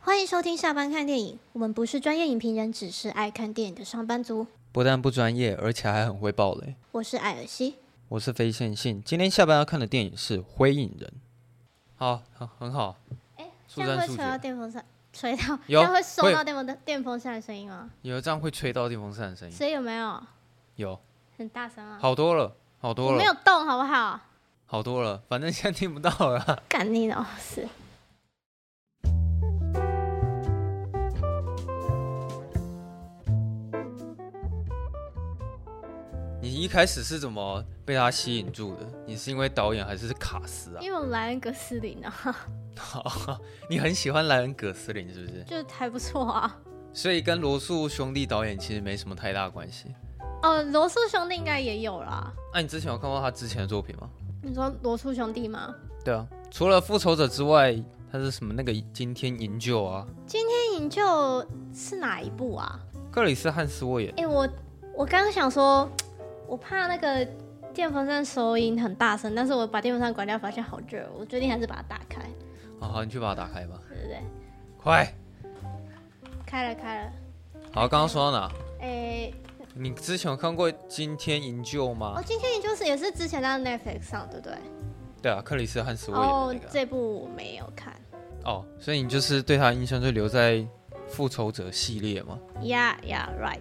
欢迎收听下班看电影，我们不是专业影评人，只是爱看电影的上班族。不但不专业，而且还很会爆雷。我是艾尔西，我是非线性，今天下班要看的电影是《灰影人》。好，很很好。哎，这速样战会速吹决到电风扇，吹到这有样会收会到电风的电风扇的声音吗？有这样会吹到电风扇的声音，所以有没有有很大声啊？好多了，好多我没了，有动，好不好？好多了，反正现在听不到了 啦。干你老师！你一开始是怎么被他吸引住的？你是因为导演还是卡斯啊？因为我莱恩·格斯林啊， 你很喜欢莱恩·葛斯林是不是？ 就还不错啊。所以跟罗素兄弟导演其实没什么太大关系。哦，罗素兄弟应该也有啦。那、你之前有看过他之前的作品吗？你说罗素兄弟吗？对啊，除了《复仇者》之外，他是什么那个今天营救啊？电影就是哪一部啊？克里斯汉斯沃演哎、我我刚刚想说，我怕那个电风扇收音很大声，但是我把电风扇关掉，发现好热，我决定还是把它打开，好好，你去把它打开吧，对不对？快！开了开了，好，刚刚说到哪？哎、你之前有看过《今天营救》哦，吗？今天也就是也是之前在 Netflix 上，对不对？对啊，克里斯汉斯沃演哦的那，个啊。这部我没有看哦，所以你就是对他的印象就留在《复仇者》系列嘛。 ，Yeah Yeah Right，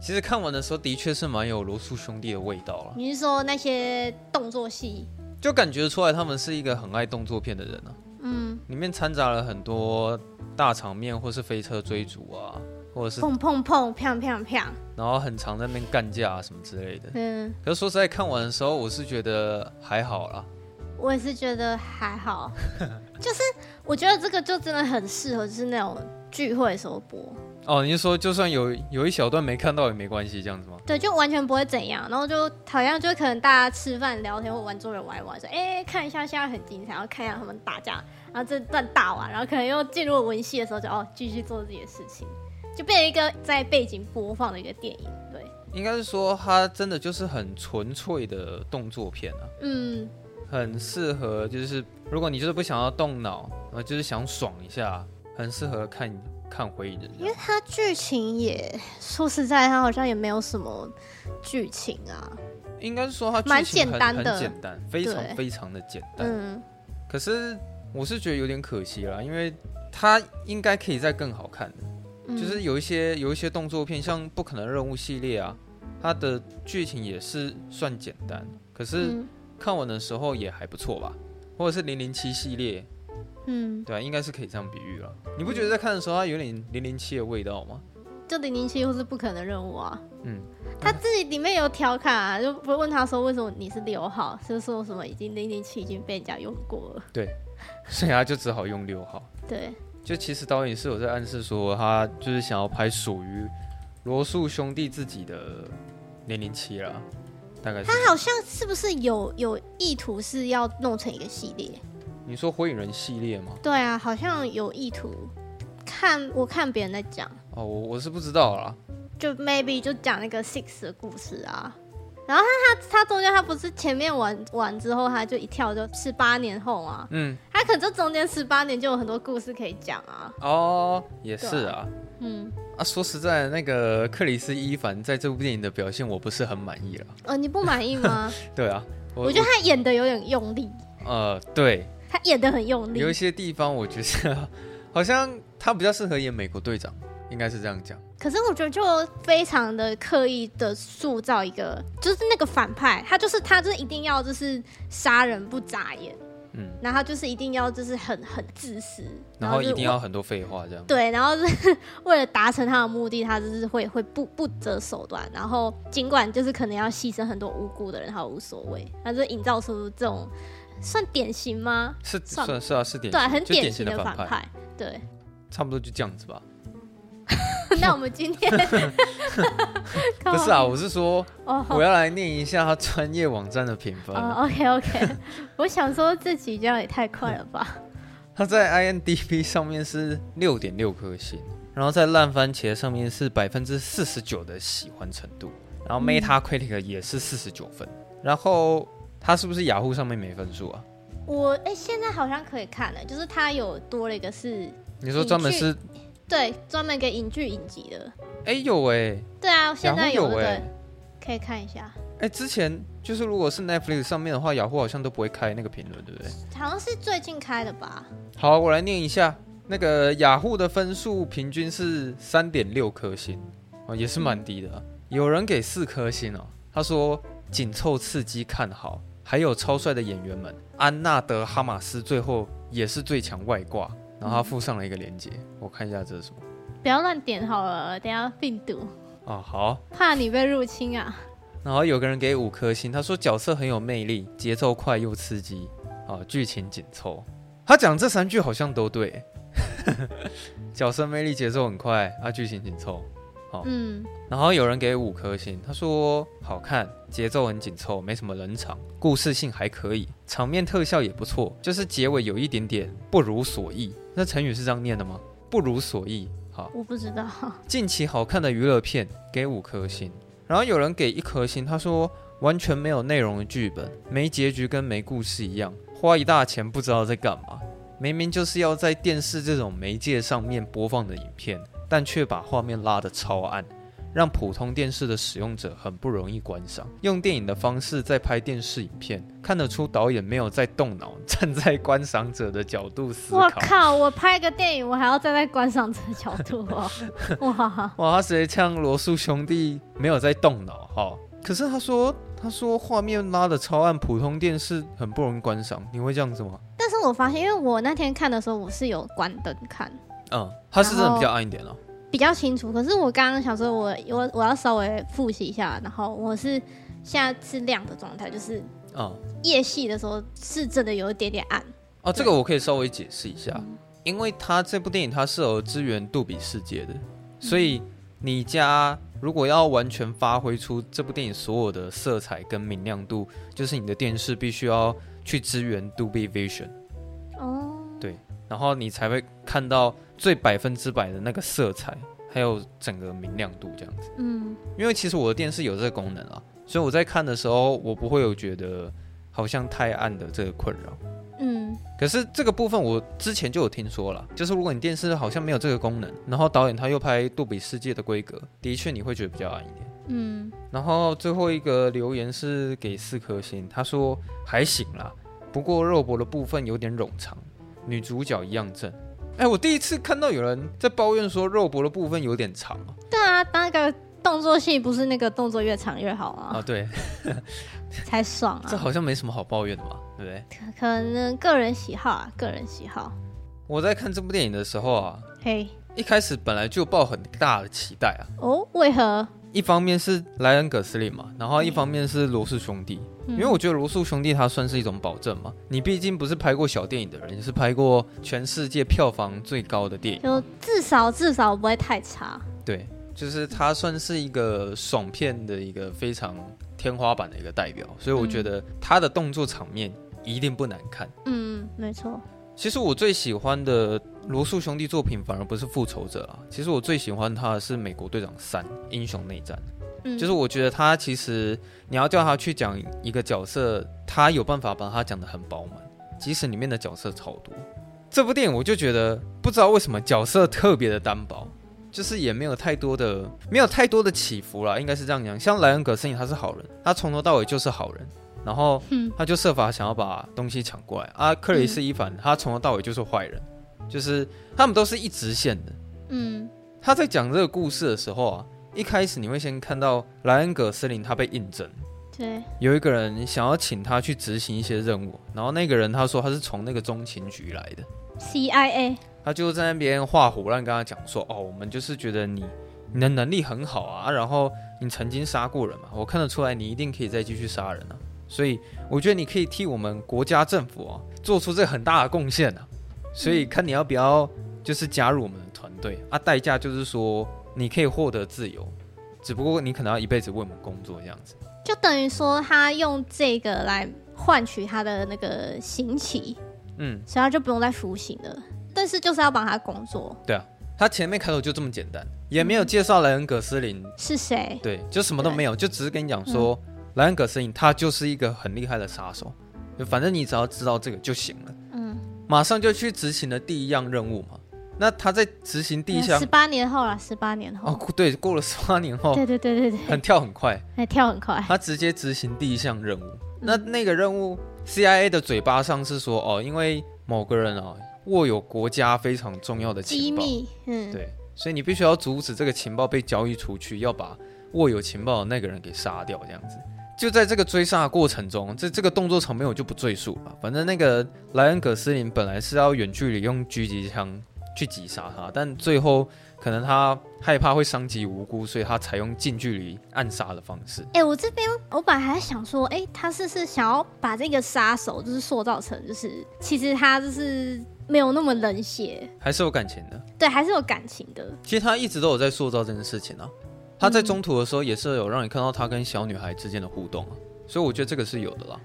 其实看完的时候的确是蛮有罗素兄弟的味道了，你是说那些动作戏？就感觉出来他们是一个很爱动作片的人啊。嗯，里面掺杂了很多大场面或是飞车追逐啊，或者是砰砰砰，砰砰砰，然后很常在那边干架啊什么之类的。嗯，可是说实在，看完的时候我是觉得还好啦。我也是觉得还 好，就是我觉得这个就真的很适合，就是那种聚会的时候播，哦，你是说就算有有一小段没看到也没关系这样子吗？对，就完全不会怎样。然后就好像就可能大家吃饭聊天或玩桌游玩一玩，说哎、看一下现在很精彩，然后看一下他们打架，然后这段打完，然后可能又进入文戏的时候就哦继续做自己的事情，就变成一个在背景播放的一个电影。对，应该是说它真的就是很纯粹的动作片啊，嗯，很适合就是如果你就是不想要动脑，然后就是想爽一下，很适合看看《回忆人》这因为样。它剧情也说实在，它好像也没有什么剧情啊，应该是说它剧情蛮简很单的很简单，非对常非常的简单。嗯，可是我是觉得有点可惜啦，因为它应该可以再更好看的。嗯就是有一些有一些动作片，像《不可能任务》系列啊，它的剧情也是算简单，可是嗯看完的时候也还不错吧。或者是《零零七》系列，嗯，对啊，应该是可以这样比喻了。你不觉得在看的时候它有点《零零七》的味道吗？ 就零零七又是不可能任务啊。嗯，他自己里面有调侃啊，就不问他说为什么你是六号，是说什么已经零零七已经被人家用过了。所以他就只好用六号。对，就其实导演是有在暗示说，他就是想要拍属于罗素兄弟自己的《零零七》啦，大概是这样。他好像是不是有有意图是要弄成一个系列？你说《火影人》系列吗？对啊，好像有意图。看我看别人在讲，哦，我我是不知道啦。就 maybe 就讲那个 Six 的故事啊。然后他他他中间他不是前面玩完之后他就一跳就十八年后啊，嗯，他可能这中间十八年就有很多故事可以讲啊。哦，也是对啊。嗯，啊，说实在的，那个克里斯·伊凡在这部电影的表现我不是很满意了。呃，你不满意吗？对啊， 我我觉得他演的有点用力。我呃，对，他演的很用力有一，些地方我觉得好像他比较适合演美国队长，应该是这样讲。可是我觉得就非常的刻意的塑造一个，就是那个反派，他就是他就是一定要就是杀人不眨眼，嗯，然后他就是一定要就是很很自私，然后就一是定为要很多废话这样。对，然后是 为了达成他的目的，他就是会会不不择手段，然后尽管就是可能要牺牲很多无辜的人，他无所谓，他就营造出这种算典型吗？是算算是啊，是典对，型，很就典典型型的反反，派，对。差不多就这样子吧。 那我们今 天不是啊，我是说哦，我要来念一下他专业网站的评分啊了。哦、o k OK，我想说这集这样也太快了吧？它在 IMDB 上面是六点六颗星，然后在烂番茄上面是百分之四十九的喜欢程度，然后 Metacritic 也是四十九分。然后它是不是雅虎上面没分数啊？ 我哎、现在好像可以看了，就是它有多了一个是你说专门是对，专门给影剧影集的。哎有哎对啊，现雅在虎有那哎、个可以看一下，哎、之前就是如果是 Netflix 上面的话，雅虎好像都不会开那个评论，对不对？好像是最近开的吧？好，我来念一下，那个雅虎的分数平均是三点六颗星，哦，也是蛮低的啊、有人给四颗星哦，他说紧凑刺激看好，还有超帅的演员们，安娜德哈马斯最后也是最强外挂。然后他附上了一个链接，我看一下这是什么不要乱点好了，等一下病毒，啊？好，怕你被入侵啊！然后有个人给五颗星，他说角色很有魅力，节奏快又刺激，啊，剧情紧凑。他讲这三句好像都 对，角色魅力、节奏很快啊，剧情紧凑。嗯，然后有人给五颗星，他说好看，节奏很紧凑，没什么冷场，故事性还可以，场面特效也不错，就是结尾有一点点不如所意。那成语是这样念的吗？不如所意。好，我不知道，近期好看的娱乐片给五颗星，然后有人给一颗星，他说完全没有内容的剧本，没结局跟没故事一样，花一大钱不知道在干嘛。明明就是要在电视这种媒介上面播放的影片，但却把画面拉得超暗，让普通电视的使用者很不容易观赏。用电影的方式在拍电视影片，看得出导演没有在动脑，站在观赏者的角度思我考。靠！我拍个电影，我还要站在观赏者的角度 哦，哇！哇，他直接呛罗素兄弟没有在动脑哈、可是他说，他说画面拉的超暗，普通电视很不容易观赏。你会这样子吗？但是我发现，因为我那天看的时候，我是有关灯看，嗯，他是真然的后比较暗一点哦。比较清楚。可是我刚刚想说我，我我要稍微复习一下，然后我是现在是亮的状态，就是嗯，夜戏的时候是真的有一点点暗。哦，这个我可以稍微解释一下，因为他这部电影它是有支援杜比世界的，所以你家如果要完全发挥出这部电影所有的色彩跟明亮度，就是你的电视必须要去支援杜比 Vision。哦，然后你才会看到最百分之百的那个色彩，还有整个明亮度这样子。嗯，因为其实我的电视有这个功能啊，所以我在看的时候，我不会有觉得好像太暗的这个困扰。嗯，可是这个部分我之前就有听说了，就是如果你电视好像没有这个功能，然后导演他又拍杜比世界的规格，的确你会觉得比较暗一点。嗯，然后最后一个留言是给四颗星，他说还行啦，不过肉搏的部分有点冗长，女主角一样正。哎，我第一次看到有人在抱怨说肉搏的部分有点长啊对啊，那个动作戏不是那个动作越长越好啊，吗？对，才爽啊！这好像没什么好抱怨的嘛，对不对？可可能个人喜好啊，个人喜好。我在看这部电影的时候啊，嘿，一开始本来就抱很大的期待啊，哦，为何？一方面是莱恩·葛斯林嘛，然后一方面是罗素兄弟，嗯因为我觉得罗素兄弟他算是一种保证嘛，你毕竟不是拍过小电影的人，你是拍过全世界票房最高的电影，就至少至少不会太差。对，就是他算是一个爽片的一个非常天花板的一个代表，所以我觉得他的动作场面一定不难看。嗯，没错。其实我最喜欢的罗素兄弟作品反而不是复仇者啊，其实我最喜欢他的是美国队长三英雄内战。嗯，就是我觉得他其实你要叫他去讲一个角色，他有办法把他讲得很饱满，即使里面的角色超多。这部电影我就觉得不知道为什么角色特别的单薄，就是也没有太多的没有太多的起伏啦，应该是这样讲。像莱恩·葛斯林他是好人，他从头到尾就是好人，然后嗯他就设法想要把东西抢过来。啊，克里斯·伊凡他从头到尾就是坏人，就是他们都是一直线的。嗯他在讲这个故事的时候啊，一开始你会先看到莱恩·葛斯林他被印证，对，有一个人想要请他去执行一些任务，然后那个人他说他是从那个中情局来的， CIA，他就在那边画虎烂跟他讲说，哦，我们就是觉得你你的能力很好啊，然后你曾经杀过人嘛，我看得出来你一定可以再继续杀人啊，所以我觉得你可以替我们国家政府啊做出这很大的贡献啊，所以看你要不要就是加入我们的团队啊，代价就是说你可以获得自由，只不过你可能要一辈子为我们工作这样子。就等于说他用这个来换取他的那个刑期，嗯，所以他就不用再服刑了。但是就是要帮他工作，他前面开头就这么简单，也没有介绍莱恩·葛斯林是谁？对，就什么都没有，就只是跟你讲说，嗯莱恩·葛斯林他就是一个很厉害的杀手，就反正你只要知道这个就行了。嗯，马上就去执行了第一样任务嘛，那他在执行第一项呃十八年后了，十八年哦，后，过对，过了十八年后，对对对对对，很跳很快，哎，跳很快，他直接执行第一项任务。嗯那那个任务，CIA 的嘴巴上是说哦，因为某个人哦握有国家非常重要的机情报，密，嗯，对，所以你必须要阻止这个情报被交易出去，要把握有情报的那个人给杀掉，这样子。就在这个追杀的过程中，这这个动作场面我就不赘述了。反正那个莱恩·葛斯林本来是要远距离用狙击枪去击杀他，但最后可能他害怕会伤及无辜，所以他采用近距离暗杀的方式。哎、我这边我本来还想说，哎、他是是想要把这个杀手就是塑造成，就是其实他就是没有那么冷血，还是有感情的。对，还是有感情的。其实他一直都有在塑造这件事情啊。他在中途的时候也是有让你看到他跟小女孩之间的互动啊，所以我觉得这个是有的啦。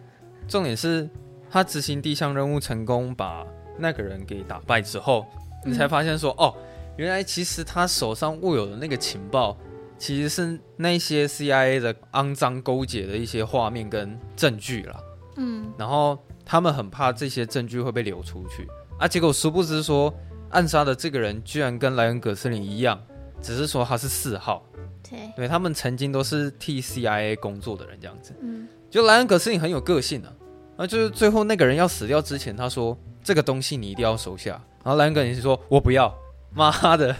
重点是他执行第一项任务成功把那个人给打败之后，你才发现说、哦，原来其实他手上握有的那个情报其实是那些 CIA 的肮脏勾结的一些画面跟证据啦。嗯，然后他们很怕这些证据会被流出去啊。结果殊不知说，暗杀的这个人居然跟莱恩·葛斯林一样，只是说他是四号，对，对他们曾经都是替 CIA 工作的人这样子。嗯，就莱恩·葛斯林很有个性啊，啊，就是最后那个人要死掉之前，他说这个东西你一定要收下，然后莱恩·葛斯林说我不要，妈的，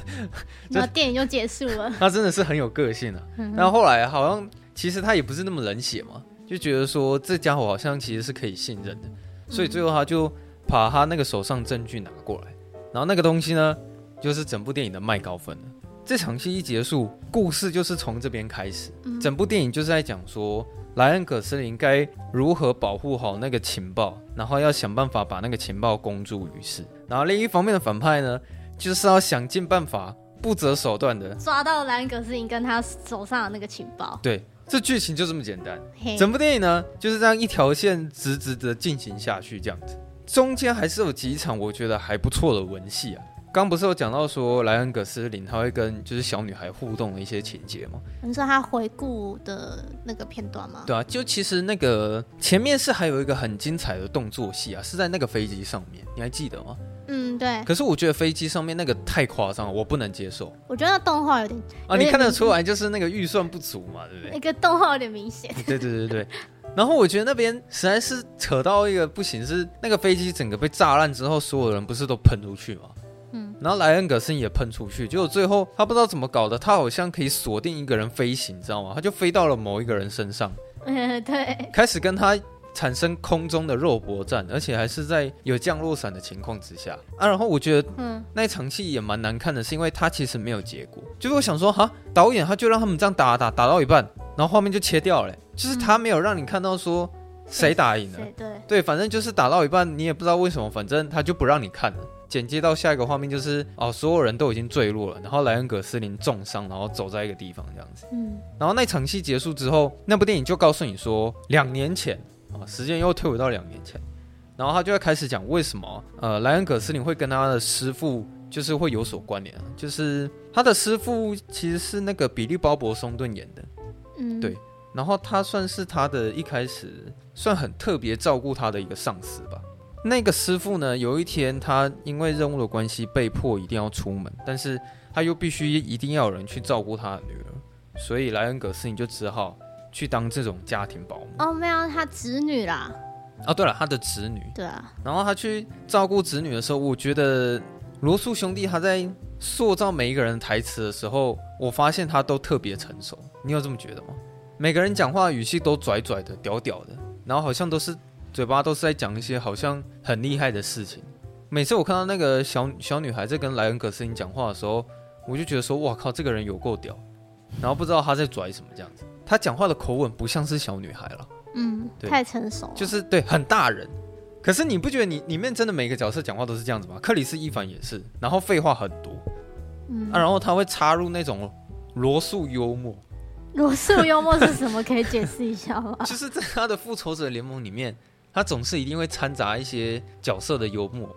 这然后电影就结束了。他真的是很有个性啊。然后后来好像其实他也不是那么冷血嘛，就觉得说这家伙好像其实是可以信任的，所以最后他就把他那个手上证据拿过来，然后那个东西呢，就是整部电影的麦高芬了。这场戏一结束，故事就是从这边开始，整部电影就是在讲说莱恩·葛斯林该如何保护好那个情报，然后要想办法把那个情报公诸于世。然后另一方面的反派呢，就是要想尽办法不择手段的抓到兰恩葛斯林跟他手上的那个情报，对，这剧情就这么简单。嘿，整部电影呢，就是这样一条线直直的进行下去，这样子。中间还是有几场我觉得还不错的文戏啊。刚不是有讲到说莱恩·葛斯林他会跟就是小女孩互动的一些情节吗？你说他回顾的那个片段吗？对啊，就其实那个前面是还有一个很精彩的动作戏啊，是在那个飞机上面，你还记得吗？嗯，对，可是我觉得飞机上面那个太夸张了，我不能接受我觉得那动画有点啊！有你点看得出来就是那个预算不足嘛，对不对？那个动画有点明显。 对对对对。然后我觉得那边实在是扯到一个不行，是那个飞机整个被炸烂之后，所有人不是都喷出去吗？嗯，然后莱恩·葛森也喷出去，结果最后他不知道怎么搞的，他好像可以锁定一个人飞行，你知道吗？他就飞到了某一个人身上，嗯，对，开始跟他产生空中的肉搏战，而且还是在有降落伞的情况之下啊。然后我觉得嗯，那一场戏也蛮难看的，是因为他其实没有结果。就是我想说，哈，导演他就让他们这样打打打到一半，然后画面就切掉了、就是他没有让你看到说谁打赢了。对对，对，反正就是打到一半，你也不知道为什么，反正他就不让你看了。剪接到下一个画面就是哦，所有人都已经坠落了，然后莱恩·葛斯林重伤，然后走在一个地方这样子。嗯，然后那场戏结束之后，那部电影就告诉你说，两年前啊，时间又退回到两年前，然后他就会开始讲为什么呃，莱恩·葛斯林会跟他的师傅就是会有所关联啊，就是他的师傅其实是那个比利·鲍勃·松顿演的，嗯，对然后他算是他的一开始算很特别照顾他的一个上司吧。那个师傅呢，有一天他因为任务的关系被迫一定要出门，但是他又必须一定要有人去照顾他的女儿，所以莱恩·葛斯林就只好去当这种家庭保姆。哦，没有，他侄女啦，啊，对了，他的侄女，对啊，然后他去照顾子女的时候，我觉得罗素兄弟他在塑造每一个人的台词的时候，我发现他都特别成熟。你有这么觉得吗？每个人讲话的语气都拽拽的、屌屌的，然后好像都是嘴巴都是在讲一些好像很厉害的事情。每次我看到那个小小女孩在跟莱恩·葛斯林讲话的时候，我就觉得说，哇靠，这个人有够屌。然后不知道他在拽什么这样子，他讲话的口吻不像是小女孩了。嗯，对太成熟了，就是对很大人。可是你不觉得你里面真的每个角色讲话都是这样子吗？克里斯·伊凡也是，然后废话很多嗯啊，然后他会插入那种罗素幽默，罗素幽默是什么？可以解释一下吗？ 就是在他的《复仇者联盟》里面，他总是一定会掺杂一些角色的幽默嘛，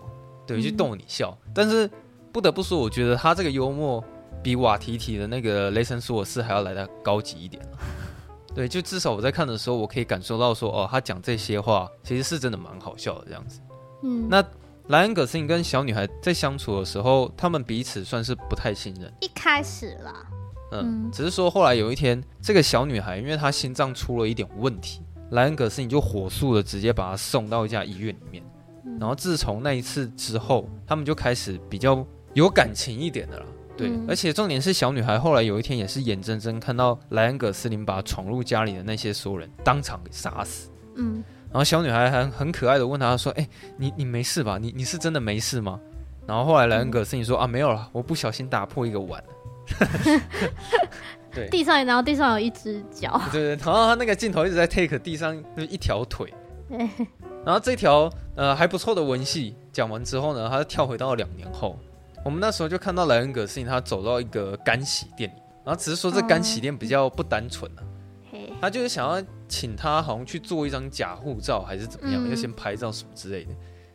对，去逗你笑。但是不得不说，我觉得他这个幽默比瓦提提的那个《雷神索尔四》还要来的高级一点啊对，就至少我在看的时候，我可以感受到说，哦，他讲这些话其实是真的蛮好笑的这样子。嗯，那莱恩·葛斯林跟小女孩在相处的时候，他们彼此算是不太信任。一开始啦，嗯，嗯只是说后来有一天，这个小女孩因为她心脏出了一点问题，莱恩·葛斯林就火速的直接把她送到一家医院里面。然后自从那一次之后，他们就开始比较有感情一点的啦。对，嗯而且重点是小女孩后来有一天也是眼睁睁看到莱恩·葛斯林把闯入家里的那些所有人当场给杀死。嗯，然后小女孩还很可爱的问他说：“哎、你你没事吧？你你是真的没事吗？”然后后来莱恩·葛斯林说：“啊，没有了，我不小心打破一个碗。对地上然后地上有一只脚，”对对，对然后他那个镜头一直在 take 地上那一条腿对。然后这条呃还不错的文戏讲完之后呢，他就跳回到两年后，我们那时候就看到莱恩·葛斯林他走到一个干洗店里，然后只是说这干洗店比较不单纯啊，嘿，他就是想要请他好像去做一张假护照还是怎么样，嗯要先拍照什么之类的。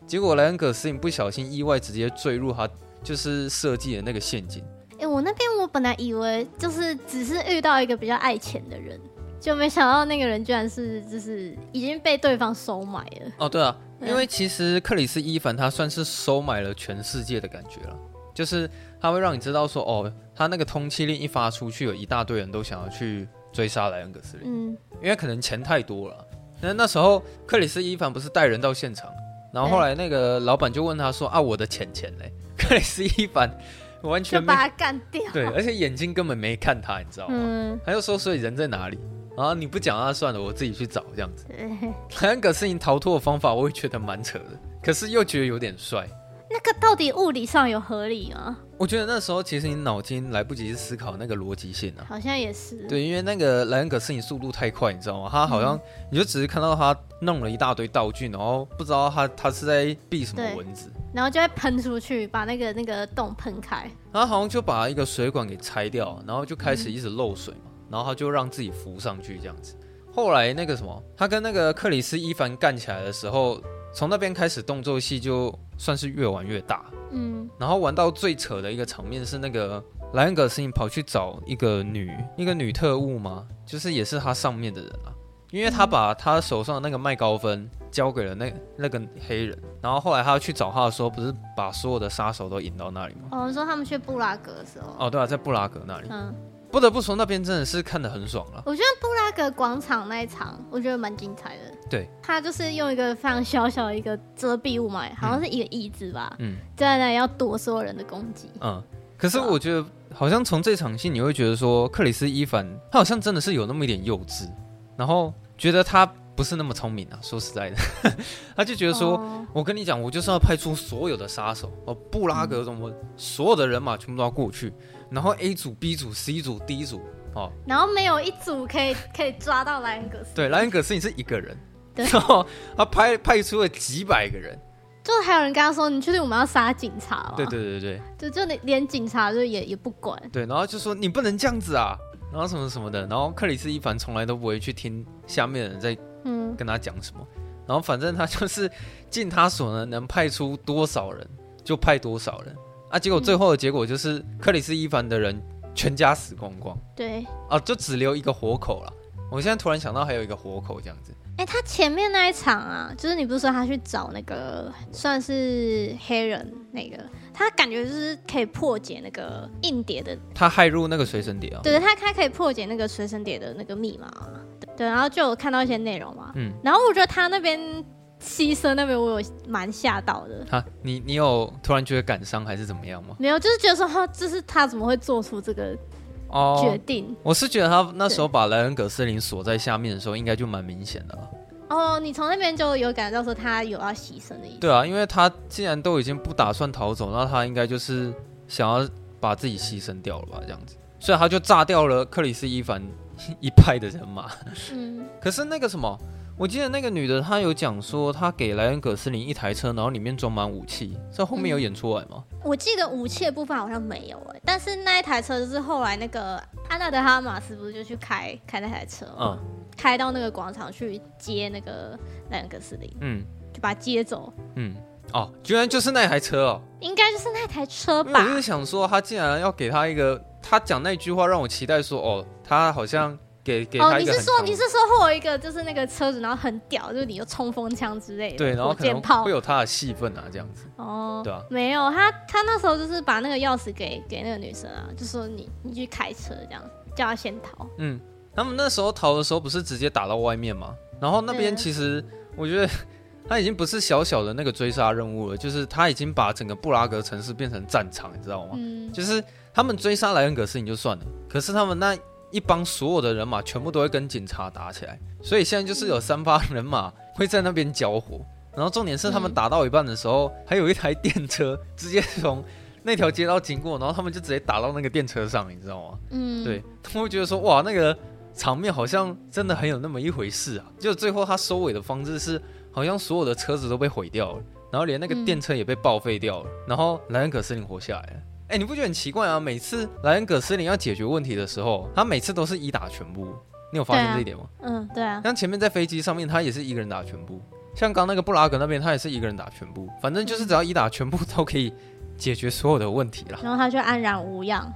结果莱恩·葛斯林不小心意外直接坠入他就是设计的那个陷 阱，哎、我那边我本来以为就是只是遇到一个比较爱钱的人，就没想到那个人居然是就是已经被对方收买了。哦，对啊，嗯因为其实克里斯·伊凡他算是收买了全世界的感觉了，就是他会让你知道说，哦，他那个通缉令一发出去，有一大堆人都想要去追杀莱恩·葛斯林，嗯，因为可能钱太多了。那那时候克里斯·伊凡不是带人到现场，然后后来那个老板就问他说：“啊，我的钱钱嘞？” 克里斯·伊凡完就全没把他干掉。 对，而且眼睛根本没看他，你知道吗？嗯，他就说：“所以人在哪里？”啊，你不讲那算了，我自己去找这样子。对， 莱恩·葛斯林逃脱的方法，我也觉得蛮扯的，可是又觉得有点帅。那个到底物理上有合理吗？我觉得那时候其实你脑筋来不及去思考那个逻辑性啊。好像也是。对，因为那个莱恩·葛斯林速度太快，你知道吗？他好像、你就只是看到他弄了一大堆道具，然后不知道他他是在避什么对蚊子。然后就会喷出去，把那个那个洞喷开。他好像就把一个水管给拆掉，然后就开始一直漏水嘛，然后他就让自己浮上去这样子。后来那个什么，他跟那个克里斯·伊凡干起来的时候，从那边开始动作戏就算是越玩越大。嗯，然后玩到最扯的一个场面是那个莱恩·葛斯林跑去找一个女一个女特务嘛，就是也是他上面的人啊，因为他把他手上的那个麦高芬交给了那那个黑人，然后后来他去找他的时候，不是把所有的杀手都引到那里吗？哦我、们说他们去布拉格的时候，哦，对啊，在布拉格那里，嗯，不得不说那边真的是看得很爽啊了。我觉得布拉格广场那一场，我觉得蛮精彩的。对，他就是用一个非常小小的一个遮蔽物嘛，好像是一个椅子吧，嗯在那里要躲所有人的攻击。嗯，可是我觉得好像从这场戏你会觉得说，克里斯·伊凡他好像真的是有那么一点幼稚，然后觉得他不是那么聪明啊。说实在的， 他就觉得说。哦我跟你讲，我就是要派出所有的杀手，哦，布拉格什么，所有的人马全部都要过去，然后 A 组、B 组、C 组、D 组，哦，然后没有一组可以可以抓到莱恩格斯，对，莱恩·葛斯你是一个人，对然后他派派出了几百个人，就还有人跟他说：“你确定我们要杀警察吗？”对，对对对就就连连警察就也也不管。对，然后就说你不能这样子啊，然后什么什么的，然后克里斯·伊凡从来都不会去听下面的人在嗯，跟他讲什么，然后反正他就是尽他所能，能派出多少人就派多少人啊，结果最后的结果就是、克里斯·伊凡的人全家死光光。对。啊，就只留一个活口了。我现在突然想到还有一个活口这样子，哎、他前面那一场啊，就是你不是说他去找那个算是黑人那个，他感觉就是可以破解那个硬碟的，他害入那个随身碟啊。对他他可以破解那个随身碟的那个密码嘛，对对，然后就有看到一些内容嘛，嗯，然后我觉得他那边牺牲那边我有蛮吓到的，他你你有突然觉得感伤还是怎么样吗？没有，就是觉得说，哦这是他怎么会做出这个决哦，定？我是觉得他那时候把莱恩·葛斯林锁在下面的时候，应该就蛮明显的了。哦，你从那边就有感觉到说他有要牺牲的意思，对啊，因为他既然都已经不打算逃走，那他应该就是想要把自己牺牲掉了吧，这样子，所以他就炸掉了克里斯·伊凡一派的人马。 嗯，可是那个什么，我记得那个女的她有讲说，她给莱恩·葛斯林一台车，然后里面装满武器，这后面有演出来吗？我记得武器的部分好像没有哎、但是那一台车就是后来那个安娜德哈马斯不是就去开开那台车，嗯开到那个广场去接那个莱恩格斯林，嗯就把他接走，嗯，哦，居然就是那台车哦！应该就是那台车因为我就吧是？想说，他竟然要给他一个，他讲那句话让我期待说，哦，他好像给给哦，他一你个是很说高你是说会有一个就是那个车子，然后很屌，就是你有冲锋枪之类的，对，然后火可能箭炮会有他的戏份啊，这样子。哦，对啊没有他他那时候就是把那个钥匙给给那个女生啊，就说你你去开车这样，叫她先逃。嗯，他们那时候逃的时候不是直接打到外面吗？然后那边嗯其实我觉得他已经不是小小的那个追杀任务了，就是他已经把整个布拉格城市变成战场，你知道吗？嗯，哦就是他们追杀莱恩格斯你就算了，可是他们那一帮所有的人马全部都会跟警察打起来，所以现在就是有三八人马会在那边交火。然后重点是他们嗯打到一半的时候，还有一台电车直接从那条街道经过，然后他们就直接打到那个电车上，你知道吗？嗯，对， 他们会觉得说哇，那个场面好像真的很有那么一回事啊。就最后他收尾的方式是，好像所有的车子都被毁掉了，然后连那个嗯电车也被报废掉了，然后莱恩·葛斯林活下来了。哎，你不觉得很奇怪啊？每次莱恩·葛斯林要解决问题的时候，他每次都是一打全部。你有发对现啊这一点吗？嗯，对啊，像前面在飞机上面，他也是一个人打全部；像刚那个布拉格那边，他也是一个人打全部。反正嗯就是只要一打全部，都可以解决所有的问题啦。然后他就安然无恙。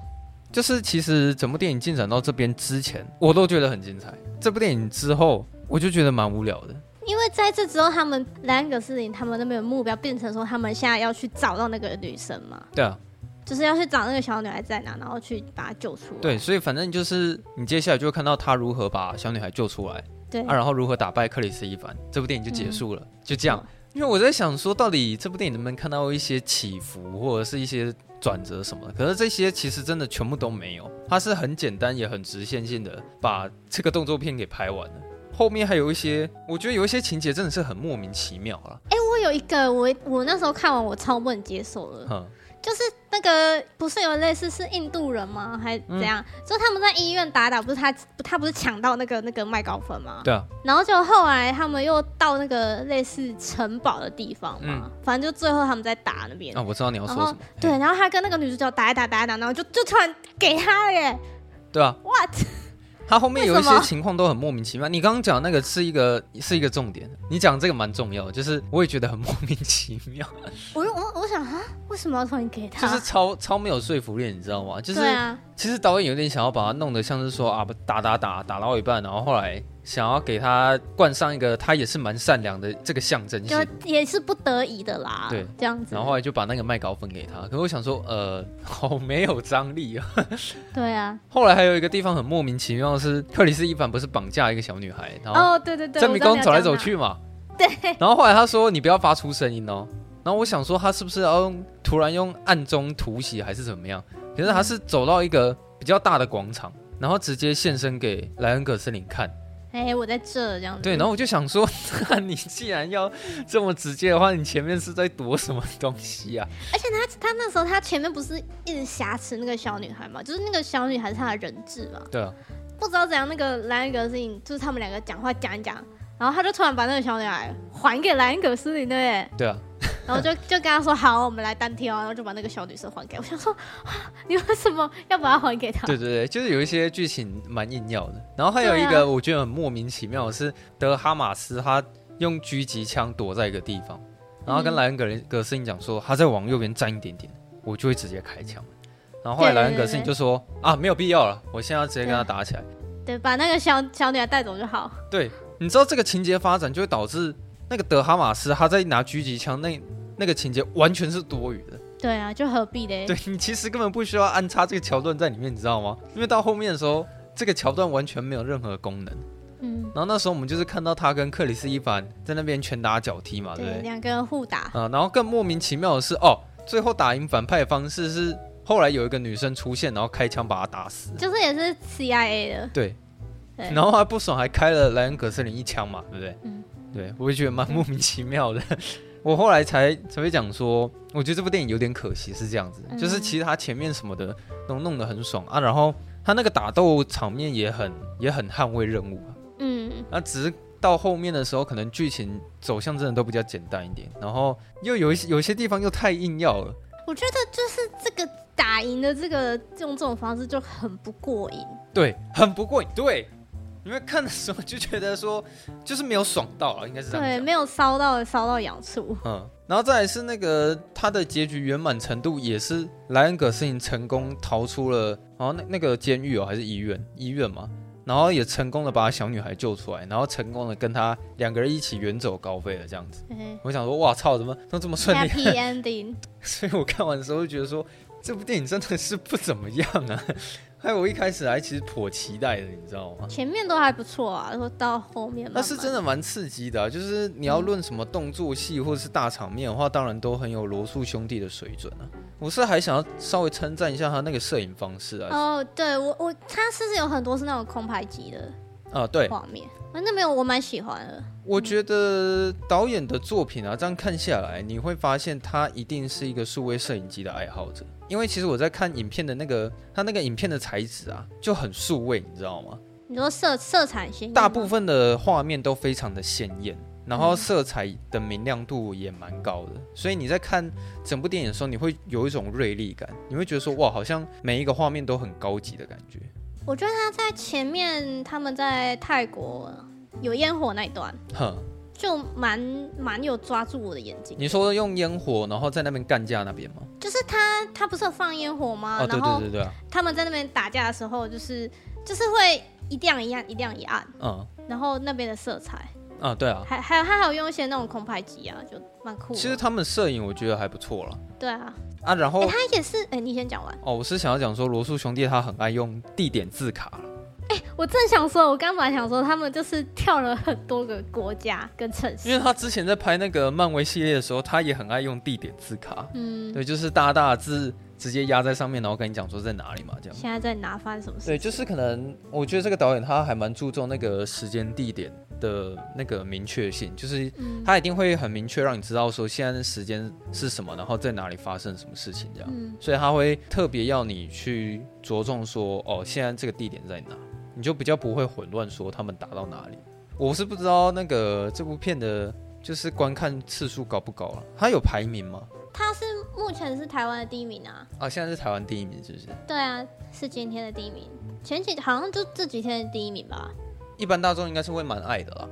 就是其实整部电影进展到这边之前，我都觉得很精彩。这部电影之后，我就觉得蛮无聊的。因为在这之后，他们莱恩·葛斯林他们那边的目标变成说，他们现在要去找到那个女生嘛，对啊，就是要去找那个小女孩在哪，然后去把她救出来。对，所以反正就是你接下来就会看到他如何把小女孩救出来，对啊，然后如何打败克里斯一凡，这部电影就结束了，就这样嗯。因为我在想说，到底这部电影能不能看到一些起伏或者是一些转折什么的？可是这些其实真的全部都没有，它是很简单也很直线性的把这个动作片给拍完了。后面还有一些，我觉得有一些情节真的是很莫名其妙啊啦。哎、我有一个，我我那时候看完我超不能接受的，嗯，就是那个不是有类似是印度人吗？还是怎样？嗯就他们在医院打打，不是他他不是抢到那个那个麦高芬吗？对啊，然后就后来他们又到那个类似城堡的地方嘛，嗯反正就最后他们在打那边。啊，我知道你要说然后什么。对嘿，然后他跟那个女主角打一打打一打，然后就就突然给他了耶对啊， ，what？ 他后面有一为什些么情况都很莫名其妙。你刚刚讲那个是一个是一个重点，你讲这个蛮重要的，就是我也觉得很莫名其 妙，我就我我想啊，为什么要突然给就他？是超超没有说服力，你知道吗？就是对啊，其实导演有点想要把它弄得像是说啊，打打打打到一半，然后后来想要给他冠上一个他也是蛮善良的这个象征性就，也是不得已的啦，对，这样子。然后后来就把那个麦高分给他。可是我想说，呃，好没有张力啊。对啊，后来还有一个地方很莫名其妙的是，克里斯一凡不是绑架一个小女孩，然后哦，对对对，在迷宫我知走道你要来讲走哪，去嘛。对。 然后后来他说：“你不要发出声音哦。”然后我想说，他是不是要用突然用暗中突袭还是怎么样？可是他是走到一个比较大的广场，然后直接现身给莱恩·葛斯林看。哎，我在这这样子。对，然后我就想说， 那你既然要这么直接的话，你前面是在躲什么东西啊？而且他他那时候他前面不是一直挟持那个小女孩嘛，就是那个小女孩是他的人质嘛，对啊，不知道怎样那个莱恩格斯林就是他们两个讲话讲一讲，然后他就突然把那个小女孩还给莱恩格斯林的耶，对啊，然 后就就跟他说好，我们来单挑，然后就把那个小女生还给我， 想说 啊你为什么要把她还给他？ 对对对，就是有一些剧情蛮硬要的。然后还有一对啊个嗯我觉得很莫名其妙的是，德哈马斯他用狙击枪躲在一个地方，然后跟嗯莱恩格林格斯林讲说，他再往右边站一点点，我就会直接开枪。然后后来对莱恩格斯林就说啊，没有必要了，我现在要直接跟他打起来。对，把那个小小女孩带走就好。对，你知道这个情节发展就会导致那个德哈马斯他在拿狙击枪那那个情节完全是多余的。对啊，就何必嘞？对你其实根本不需要安插这个桥段在里面，你知道吗？因为到后面的时候，这个桥段完全没有任何功能。嗯，然后那时候我们就是看到他跟克里斯一凡在那边拳打脚踢嘛，对不对，对？两个人互打。啊、然后更莫名其妙的是，哦，最后打赢反派的方式是后来有一个女生出现，然后开枪把他打死。就是也是 CIA 的，对，对然后他不爽还开了莱恩·葛斯林一枪嘛，对不对？嗯对，我也觉得蛮莫名其妙的。 我后来才才会讲说，我觉得这部电影有点可惜，是这样子，嗯就是其实他前面什么的都弄得很爽啊，然后他那个打斗场面也很也很捍卫任务啊，嗯，那只是到后面的时候，可能剧情走向真的都比较简单一点，然后又有一些有一些地方又太硬要了。我觉得就是这个打赢的这个用这种方式就很不过瘾。对，很不过瘾。对，你们看的时候就觉得说，就是没有爽到啊，应该是这对，样没讲。有烧到烧到痒处。嗯，然后再来是那个他的结局圆满程度也是哦莱恩·葛斯林成功逃出了，然后那那个监狱哦，还是医院？医院嘛。然后也成功的把小女孩救出来，然后成功的跟她两个人一起远走高飞了这样子。嗯我想说，哇操，怎么都这么顺 利？ Happy ending，所以我看完的时候就觉得说，这部电影真的是不怎么样啊。 还有我一开始还其实颇期待的，你知道吗？前面都还不错啊，然后到后面慢那慢是真的蛮刺激的啊、就是你要论什么动作戏或者是大场面的话，当然都很有罗素兄弟的水准啊。我是还想要稍微称赞一下他那个摄影方式啊，哦，对我我它是不是有很多是那种空拍机的啊，对，画面？啊，那没有，我蛮喜欢的。我觉得导演的作品啊，这样看下来，你会发现他一定是一个数位摄影机的爱好者。因为其实我在看影片的那个，他那个影片的材质啊，就很数位，你知道吗？你说色色彩型，大部分的画面都非常的鲜艳，然后色彩的明亮度也蛮高的，所以你在看整部电影的时候，你会有一种锐利感，你会觉得说哇，好像每一个画面都很高级的感觉。我觉得他在前面他们在泰国有烟火那一段，哼，就蛮蛮有抓住我的眼睛。 你说用烟火，然后在那边干架那边吗？就是他他不是有放烟火吗？哦，对然后对对对啊，他们在那边打架的时候，就是就是会一亮一暗，一亮一暗，嗯然后那边的色彩，啊，对啊。还还有他还有用一些那种空拍机啊，就蛮酷的。其实他们摄影我觉得还不错了对啊，啊。然哎、后他也是，哎、你先讲完。哦，我是想要讲说罗素兄弟他很爱用地点字卡啦我正想说，我刚本来想说他们就是跳了很多个国家跟城因为市，他之前在拍那个漫威系列的时候，他也很爱用地点字卡。嗯，对，就是大大的字直接压在上面，然后跟你讲说在哪里嘛，这样。现在在拿翻什么事？对，就是可能我觉得这个导演他还蛮注重那个时间地点的那个明确性，就是嗯他一定会很明确让你知道说现在时间是什么，然后在哪里发生什么事情这样。嗯所以他会特别要你去着重说，哦，现在这个地点在哪，你就比较不会混乱说他们打到哪里。我是不知道那个这部片的，就是观看次数高不高啊？它有排名吗？他是目前是台湾的第一名啊，啊，现在是台湾第一名，是不是？对啊，是今天的第一名，前几好像就这几天的第一名吧，一般大众应该是会蛮爱的啦。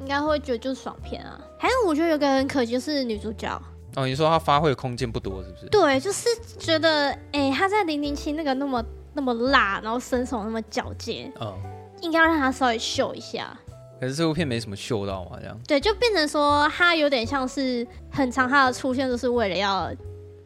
应该会觉得就是爽片啊。还有我觉得有个很可惜就是女主角，哦，你说它发挥的空间不多，是不是？对，就是觉得哎、她在零零七那个那么那么辣，然后身手那么矫健，嗯，应该让她稍微秀一下。可是这部片没什么秀到嘛，这样。对，就变成说她有点像是很常她的出现就是为了要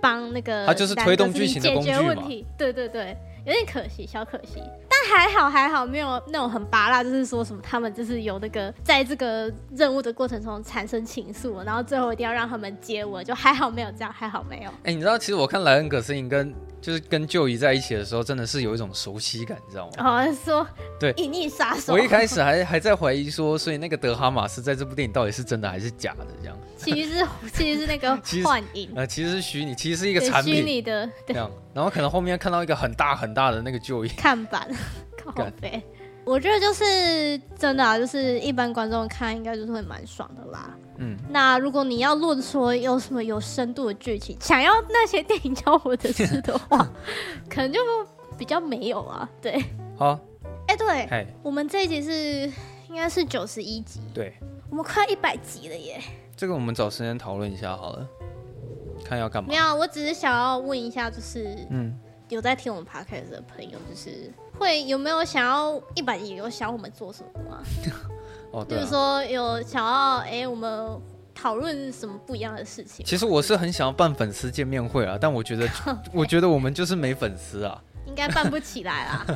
帮那个，她就是推动剧情的工具解嘛决问题。对对对，有点可惜，小可惜。但还好还好，没有那种很拔辣，就是说什么他们就是有那个在这个任务的过程中产生情愫，然后最后一定要让他们接吻，就还好没有这样，还好没有。哎、你知道，其实我看莱恩·葛斯林跟就是跟舅姨在一起的时候，真的是有一种熟悉感，你知道吗？好像哦说哦对隐匿杀手我，一开始还还在怀疑说，所以那个德哈马斯在这部电影到底是真的还是假的？这样，其实是其实是那个 其实幻影，呃，其实是虚拟，其实是一个对产虚品拟的这对样，然后可能后面看到一个很大很大的那个旧衣，看 板靠背。我觉得就是真的啊，就是一般观众看应该就是会蛮爽的啦。嗯，那如果你要论说有什么有深度的剧情，想要那些电影教我的事的 话，可能就比较没有啊。对，好，哎、对，哎，我们这一集是应该是九十一集，对，我们快一百集了耶。这个我们找时间讨论一下好了，看要干嘛没。有，啊我只是想要问一下，就是嗯，有在听我们 podcast 的朋友，就是会有没有想要一百集有想我们做什么吗？哦，就对、是啊，说有想要哎、我们讨论什么不一样的事情？其实我是很想要办粉丝见面会啊，但我 觉得，我觉得我们就是没粉丝啊。应该办不起来 啦。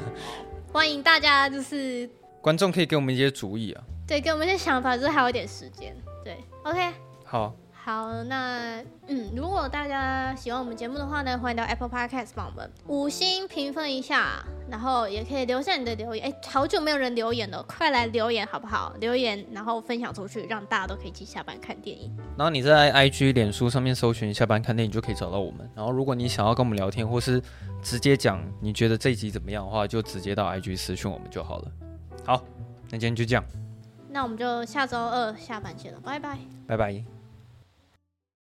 欢迎大家就是观众可以给我们一些主意啊。对给我们一些想法，就是还有一点时间。对，OK。好，好，那嗯，如果大家喜欢我们节目的话呢，欢迎到 Apple Podcast 帮我们五星评分一下，然后也可以留下你的留言。哎，好久没有人留言了，快来留言好不好？留言然后分享出去，让大家都可以一起下班看电影。然后你在 IG、脸书上面搜寻“下班看电影”就可以找到我们。然后如果你想要跟我们聊天，或是直接讲你觉得这一集怎么样的话，就直接到 IG 私讯我们就好了。好，那今天就这样，那我们就下周二下班见了，拜拜。拜拜。